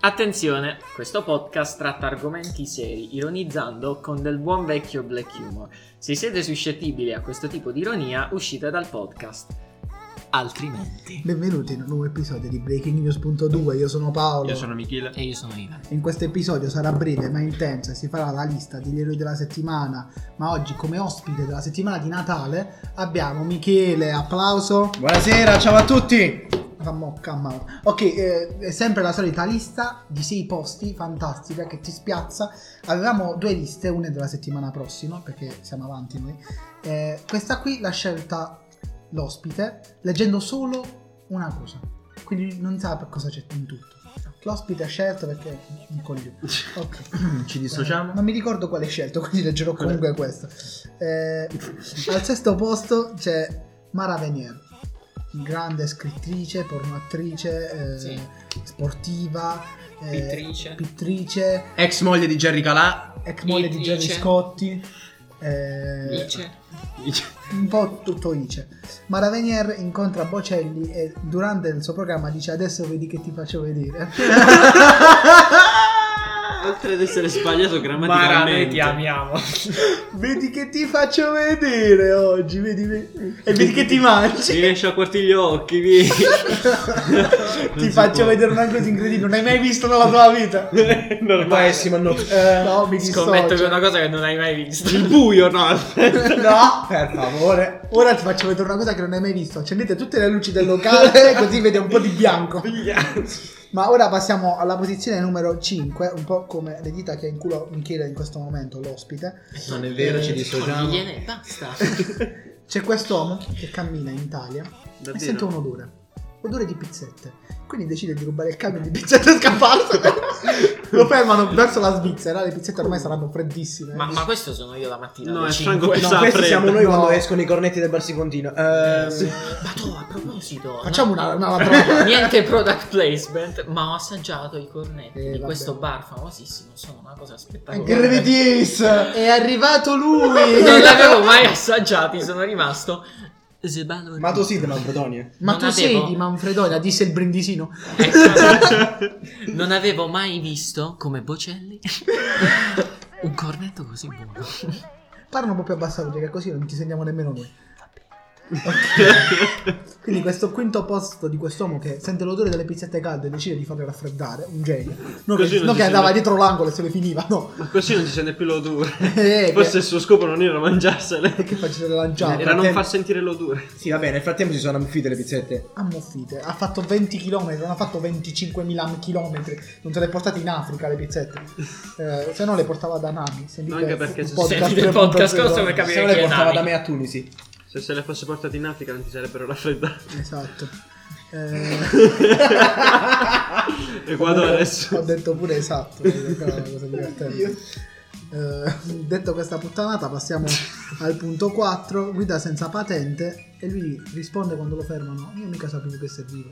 Attenzione, questo podcast tratta argomenti seri, ironizzando con del buon vecchio black humor. Se siete suscettibili a questo tipo di ironia, uscite dal podcast. Altrimenti. Benvenuti in un nuovo episodio di Breaking News.2, io sono Paolo. Io sono Michele. E io sono Ivan. In questo episodio sarà breve ma intenso e si farà la lista degli eroi della settimana, ma oggi come ospite della settimana di Natale abbiamo Michele, applauso. Buonasera, ciao a tutti! Fa mocca a mano. Ok, eh, è sempre la solita lista di sei posti, fantastica, che ti spiazza. Avevamo due liste, una è della settimana prossima, perché siamo avanti noi. Eh, questa qui l'ha scelta l'ospite, leggendo solo una cosa. Quindi non sa per cosa c'è in tutto. L'ospite ha scelto perché è un coglione. Ok. Ci Eh, dissociamo? non mi ricordo quale hai scelto, quindi leggerò comunque questo. Eh, al sesto posto c'è Mara Venier, grande scrittrice, pornoattrice, eh, Sì. sportiva, eh, Pittrice. pittrice, Ex moglie di Jerry Calà. ex moglie di Jerry Pittrice. Scotti. eh, un po' tutto ice. Mara Venier incontra Bocelli e durante il suo programma dice adesso vedi che ti faccio vedere. Oltre ad essere sbagliato Mara, noi grammaticalmente, ti amiamo. vedi che ti faccio vedere oggi, vedi, vedi- e vedi che ti mangi. mi riesce a quarti gli occhi. Vieni. Non Ti si faccio può. vedere una cosa incredibile, non hai mai visto nella tua vita. Pessimo, no. Eh, no, mi Scommetto che è dissocio. una cosa che non hai mai visto. Il buio, no? No, Per favore. ora ti faccio vedere una cosa che non hai mai visto. Accendete tutte le luci del locale così vede un po' di bianco. Ma ora passiamo alla posizione numero 5, un po' come le dita che ha in culo Michele in questo momento, l'ospite. Non è vero, ci dissociamo. Condigliene e basta. C'è quest'uomo che cammina in Italia e sente un odore. Odore di pizzette. Quindi decide di rubare il camion di pizzette e scapparsene. Lo fermano verso la Svizzera, le pizzette ormai saranno freddissime. Ma, ma questo sono io la mattina. No, alle è cinque. Franco che No, sa questi prendere. siamo noi No. quando escono i cornetti del barsicontino. Ehm, Ma tu, a proposito. Eh, Facciamo no? una, una prova. Niente product placement, ma ho assaggiato i cornetti Eh, di vabbè. questo bar famosissimo. Sono una cosa spettacolare. Ingredients! È arrivato lui! Non li avevo mai assaggiati, sono rimasto. Sbalordito. Ma tu sì, ma Bredonie. Ma Non tu avevo- sei di Manfredonia, disse il brindisino. Ecco. non avevo mai visto come Bocelli un cornetto così buono. Parla un po' più abbassato perché così non ti sentiamo nemmeno noi. Ok. Quindi questo quinto posto di quest'uomo che sente l'odore delle pizzette calde e decide di farle raffreddare, un genio. Non Così che, non non si che sente- andava dietro l'angolo e se le finiva, no. Ma così non si sente più l'odore. Eh, Forse il suo scopo non era mangiarsele, che, che facile lanciare. era non perché- far sentire l'odore. Sì, va bene, nel frattempo si sono ammuffite le pizzette. Ammuffite, ha fatto 20 km, non ha fatto 25.000 km, non te le portate in Africa le pizzette. Eh, se no le portava da Nami. No, anche perché se senti il podcast cosa vuoi capire Se no le chi è portava Nani. da me a Tunisi. Se se le fosse portate in Africa non ti sarebbero raffreddate. Esatto. Eh, E guardo adesso. Ho detto pure esatto, è una cosa divertente. Eh, detto questa puttanata passiamo al punto 4 guida senza patente e lui risponde quando lo fermano io mica sapevo che serviva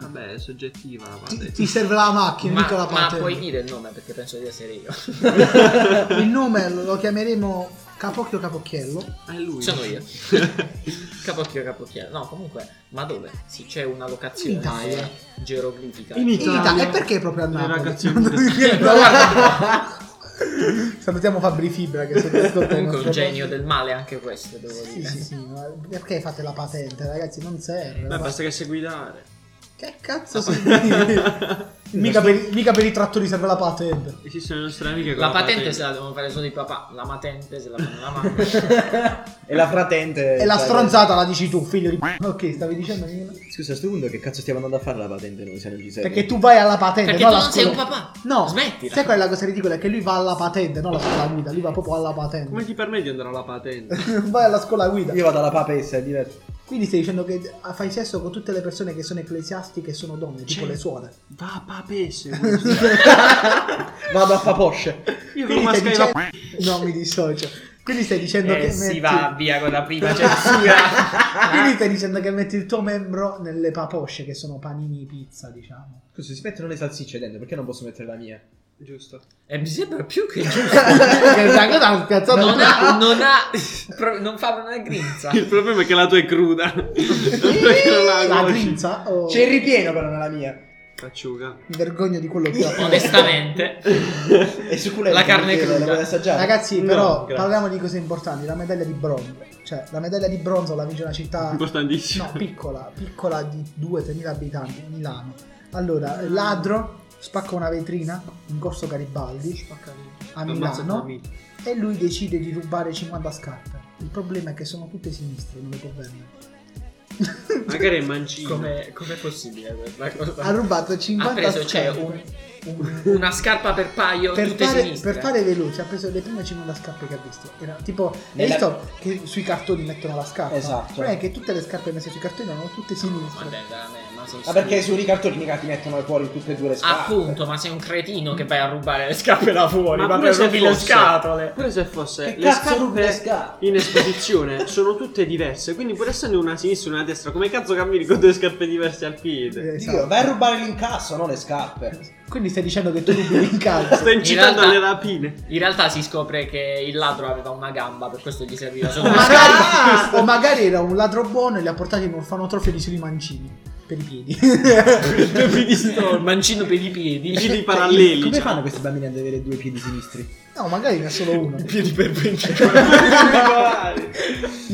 Vabbè, è soggettiva la ti, patente. ti serve la macchina mica la Ma, ma patente puoi dire il nome perché penso di essere io. il nome lo chiameremo Capocchio Capocchiello Ah, è lui. Sono io. Capocchio, capocchio. No, comunque, ma dove? Sì, c'è una locazione In Italia. geroglifica. In in Italia e perché proprio a Le Napoli? ragazze- salutiamo Fabri Fibra che se ne ascolta Comunque il è nostro un genio del male anche questo, devo podcast. sì dire. sì sì ma perché fate la patente ragazzi non serve Beh, Ma- basta che sai guidare. Che cazzo sei? mica, per, mica per i trattori serve la patente. Esistono le nostre amiche con La patente se la devono fare solo i papà, la matente se la fanno la mamma. E la fratente. Cioè, E la sai- stronzata la dici tu, figlio di. Ok, stavi dicendo Nino? Scusa, a sto punto che cazzo stiamo andando a fare la patente noi se non ci serve? Perché tu vai alla patente, Perché no tu alla non sei un scuola- papà. No, Smettila. Sai qual è la cosa ridicola? È che lui va alla patente, non alla scuola guida, lui va proprio alla Come patente. ti permetti di andare alla patente? vai alla scuola guida. Io vado alla papessa, è diverso. Quindi stai dicendo che fai sesso con tutte le persone che sono ecclesiastiche e sono donne, tipo Sì. le suore. Va a papesse. Io Vado a Faposce. con Quindi stai mascherina. dicendo... No, mi dissocio. Quindi stai dicendo che. Eh, si metti- va via con la prima cioè, censura. Quindi stai dicendo che metti il tuo membro nelle paposce che sono panini pizza, diciamo. Scusa, si mettono le salsicce dentro, perché non posso mettere la mia? Giusto. e eh, mi sembra più che giusto. Che sta cosa ha spiazzato Non tutti. ha, non ha, pro- non fa una grinza. Il problema è che la tua è cruda. Non è che non la cuoci. grinza o C'è il ripieno però nella mia. Acciuga. Mi vergogno di quello che ho fatto. Onestamente. E succulenta. La carne perché cruda. La vuoi assaggiare? Ragazzi, No, però grazie. parliamo di cose importanti. La medaglia di bronzo. Cioè, la medaglia di bronzo la vince una città Importantissimo. no, piccola, piccola di 2-3 mila abitanti, Milano. Allora, ladro spacca una vetrina in corso Garibaldi a Ammazza Milano Tammy. e lui decide di rubare 50 scarpe. Il problema è che sono tutte sinistre, non le può vendere. Magari è mancino. Com'è, com'è possibile questa cosa? Ha rubato Ha 50 preso, c'è scarpe. un, un- una scarpa per paio per tutte fare, sinistre. per fare veloce ha preso le prime 50 scarpe che ha visto era tipo hai Nella- visto che sui cartoni mettono la scarpa Esatto. non è che tutte le scarpe messe sui cartoni erano tutte sinistre Vabbè, veramente, ma sono Ma perché stupidi. sui ricartoni mica ti mettono fuori tutte e due le scarpe? Appunto, ma sei un cretino che vai a rubare le scarpe da fuori, Ma ma, pure per se rubi le fosse- scatole. Pure se fosse Che le cazzo rubi le scarpe scarpe? in esposizione sono tutte diverse, quindi pur essendo una a sinistra e una a destra, come cazzo cammini con due scarpe diverse al piede? Eh, Dio, esatto. vai a rubare l'incasso, non le scarpe. quindi stai dicendo che tu rubi Eh, in casa Stai incitando realtà- alle rapine. In realtà si scopre che il ladro aveva una gamba, per questo gli serviva o solo una scarpa. magari, Ah, o magari era un ladro buono e li ha portati in un orfanotrofio di Sili Mancini per i piedi Mi Il distorno. mancino per i piedi. I piedi paralleli. Come cioè. fanno questi bambini ad avere due piedi sinistri? no magari ne ha solo uno i piedi Particolari.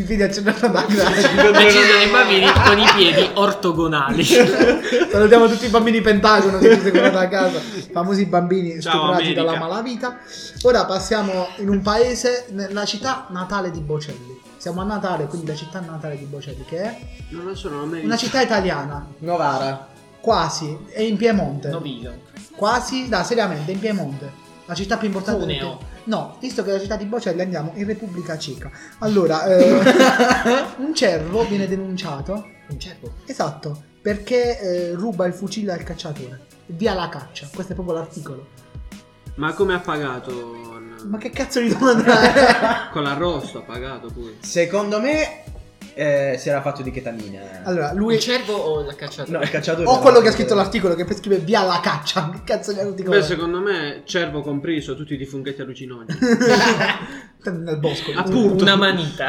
piedi accendono da grande Decidono i bambini con i piedi ortogonali. Salutiamo tutti i bambini Pentagono che ci seguono da casa, famosi bambini Ciao, stuprati America. dalla malavita. Ora passiamo in un paese, nella città natale di Bocelli. Siamo a Natale, quindi la città natale di Bocelli, che è Non lo so, non me una città italiana, Novara. quasi, è in Piemonte. Noviglio. Quasi, da seriamente, è in Piemonte. La città più importante del Cuneo. Pie- No, visto che è la città di Bocelli andiamo in Repubblica Ceca. Allora, eh, un cervo viene denunciato Un cervo. Esatto, perché eh, ruba il fucile al cacciatore. Via la caccia, questo è proprio l'articolo. Ma come ha pagato? il- Ma che cazzo di domanda è? Con l'arrosto ha pagato pure. Secondo me eh, si era fatto di chetamina. Allora, Il lui... cervo o il no, il cacciatore? cacciatore. Ho era- quello che ha scritto l'articolo che poi scrive via la caccia. Che cazzo di articolo? Beh, è? secondo me, cervo compreso, tutti di funghetti allucinogeni. Nel bosco. Appunto. Una manita.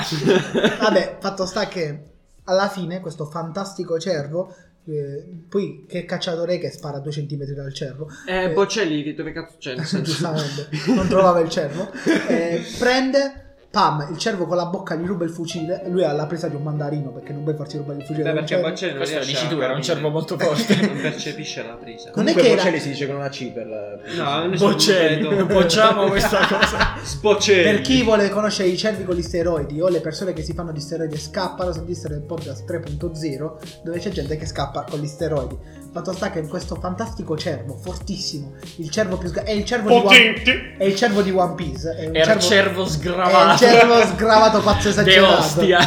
Vabbè, fatto sta che alla fine questo fantastico cervo... eh, poi che cacciatore è che spara due centimetri dal cervo? Eh, Bocelli, che dove cazzo c'è? Nel senso. giustamente non trovava il cervo eh, prende pam il cervo con la bocca gli ruba il fucile e lui ha la presa di un mandarino perché non puoi farsi rubare il fucile da Beh, un perché cervo. Bocelli non Questo lo riesce dici a tu, era un capire. cervo molto forte. Non percepisce la presa. non è Comunque che era- Bocelli si dice con una C per... No, non è Bocelli. Bocciamo questa cosa. Sbocelli. per chi vuole conoscere i cervi con gli steroidi o le persone che si fanno gli steroidi e scappano sentiste nel podcast 3.0 dove c'è gente che scappa con gli steroidi fatto sta che questo fantastico cervo fortissimo il cervo più sga- è il cervo di One... è il cervo di One Piece è un Era il cervo è il sgravato. cervo sgravato pazzo De esagerato ostia.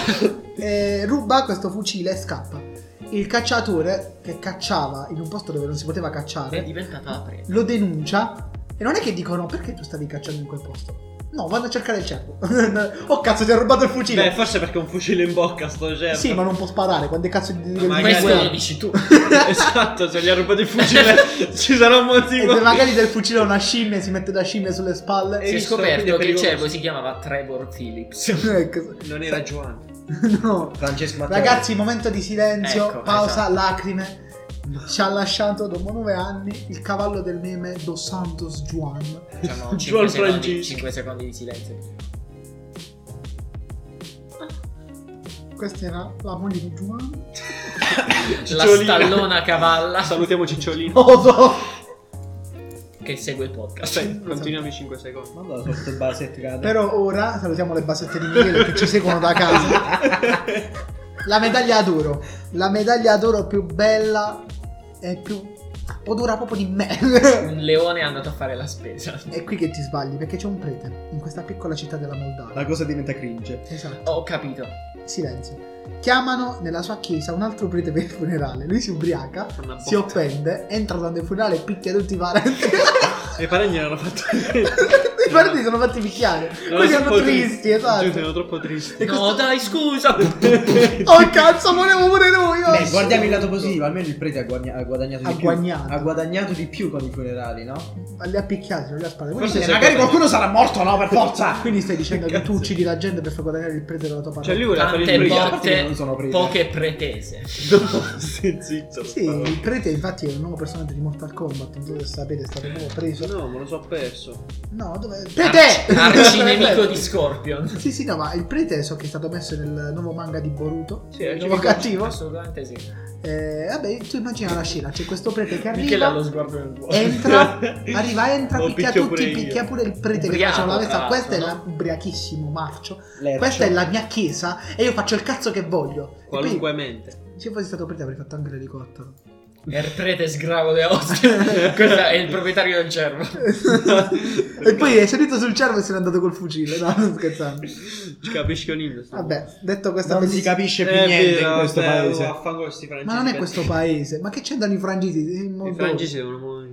Eh, ruba questo fucile e scappa. Il cacciatore che cacciava in un posto dove non si poteva È cacciare diventata la presa. lo denuncia e non è che dicono perché tu stavi cacciando in quel posto. No, vanno a cercare il cervo. oh cazzo, ti ha rubato il fucile. Beh, forse perché un fucile in bocca sto cervo. sì, ma non può sparare. Quando cazzo di Ma magari- certo. Questo quello- lo dici tu. Esatto, se gli ha rubato il fucile ci sarà un E motivo. se Eh, magari del fucile ha una scimmia, si mette da scimmia sulle spalle. Si è visto, quindi scoperto è che il pericoloso. cervo si chiamava Trevor Phillips. Ecco. Non era Giovanni. no. Francesco Matteo. Ragazzi, momento di silenzio, Ecco, pausa, esatto. lacrime. Ci ha lasciato dopo nove anni il cavallo del meme Dos Santos Juan. Giovanni Diciamo 5 secondi, Francesco. 5 secondi di silenzio. Questa era la moglie di Juan. La Cicciolina. stallona cavalla Salutiamo Cicciolino. Oso. che segue il podcast. Aspetta, continuiamo in 5 secondi. Ma allora sotto il bassetto cade. Però ora salutiamo le bassette di Michele che ci seguono da casa. La medaglia d'oro. La medaglia d'oro più bella e più odora proprio di me. Un leone è andato a fare la spesa. È qui che ti sbagli perché c'è un prete in questa piccola città della Moldavia. La cosa diventa cringe. Esatto. Ho capito. Silenzio. Chiamano nella sua chiesa un altro prete per il funerale. Lui si ubriaca, Fa una si botta. offende, entra durante il funerale e picchia tutti i parenti. I parenti erano fatto I parenti sono fatti picchiare. Quelli erano tristi, Giusto, esatto. erano troppo tristi. questo- No, dai, scusa. Oh cazzo, volevo pure oh. noi Beh, oggi. guardiamo il lato positivo, almeno il prete ha, guagna- ha guadagnato Ha di più. guagnato. Ha guadagnato di più con i funerali, no? Ma li ha picchiati, non li ha sparati. Quindi, Forse stai- sei- magari qualcuno sarà morto, no? Per forza! quindi stai dicendo che tu Cazzo. uccidi la gente per far guadagnare il prete dalla tua parte. Cioè, lui voleva fare il Tante prete, a brigante. parte che botte, non sono prete. poche pretese. Stai zitto. Sì, il prete infatti è un nuovo personaggio di Mortal Kombat, non so se sapete, è stato proprio preso. No, me lo so perso. No, dove... Prete! Arcinemico di Scorpion. Sì, sì, no, ma il prete so che è stato messo nel nuovo manga di Boruto. Sì, eh, il è nuovo cattivo. Assolutamente sì. Eh, vabbè, tu immagina la scena, c'è questo prete che Michele ha lo arriva, sguardo nel vuoto. entra, arriva, entra, Lo picchia picchio tutti, pure io. picchia pure il prete che Ubriaco, faceva la tra l'altro, festa. Questa è la no? ubriachissimo marcio, Lercio. questa è la mia chiesa e io faccio il cazzo che voglio. E poi, Qualunque mente. se fossi stato prete avrei fatto anche l'elicottero. È il prete sgravo de Ostia. Questo è il proprietario del cervo. e poi è salito sul cervo e se n'è andato col fucile, no, non scherzando. Ci capisci con il Vabbè, detto questa Non si bellissima- capisce più niente in questo paese. Ma non è questo paese, ma che c'entrano i frangisi? In I Moldova. francesi devono morire.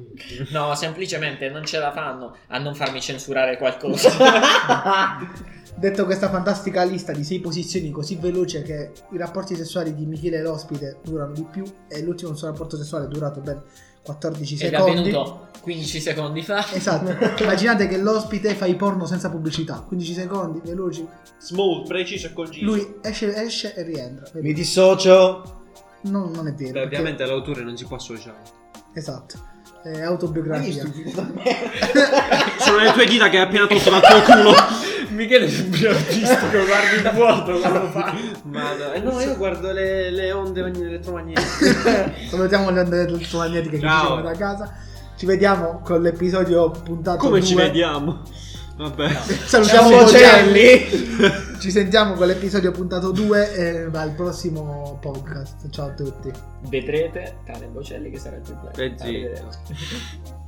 No, semplicemente non ce la fanno a non farmi censurare qualcosa. Detto questa fantastica lista di sei posizioni così veloce che i rapporti sessuali di Michele e l'ospite durano di più e l'ultimo suo rapporto sessuale è durato ben 14 Ed è secondi. avvenuto 15 secondi fa. Esatto, immaginate che l'ospite fa i porno senza pubblicità, 15 secondi, veloci. Small, preciso e conciso. Lui esce, esce e rientra. Mi dissocio. Non, non è vero. Beh, perché- ovviamente l'autore non si può associare. Esatto. È autobiografia. Sono le tue dita che hai appena tolto dal tuo culo. Michele è un artistico, guardi il vuoto quando fa. Madonna. Eh, no, io guardo le, le onde magn- elettromagnetiche. Salutiamo le onde elettromagnetiche che ci Ciao. seguono da casa. Ci vediamo con l'episodio puntato Come ci due. vediamo? Vabbè. Salutiamo Ciao, i Bocelli. Bocelli. Ci sentiamo con l'episodio puntato 2 e al prossimo podcast. Ciao a tutti. Vedrete, tranne Bocelli, che sarà il più bello. Eh, sì. Arrivederci.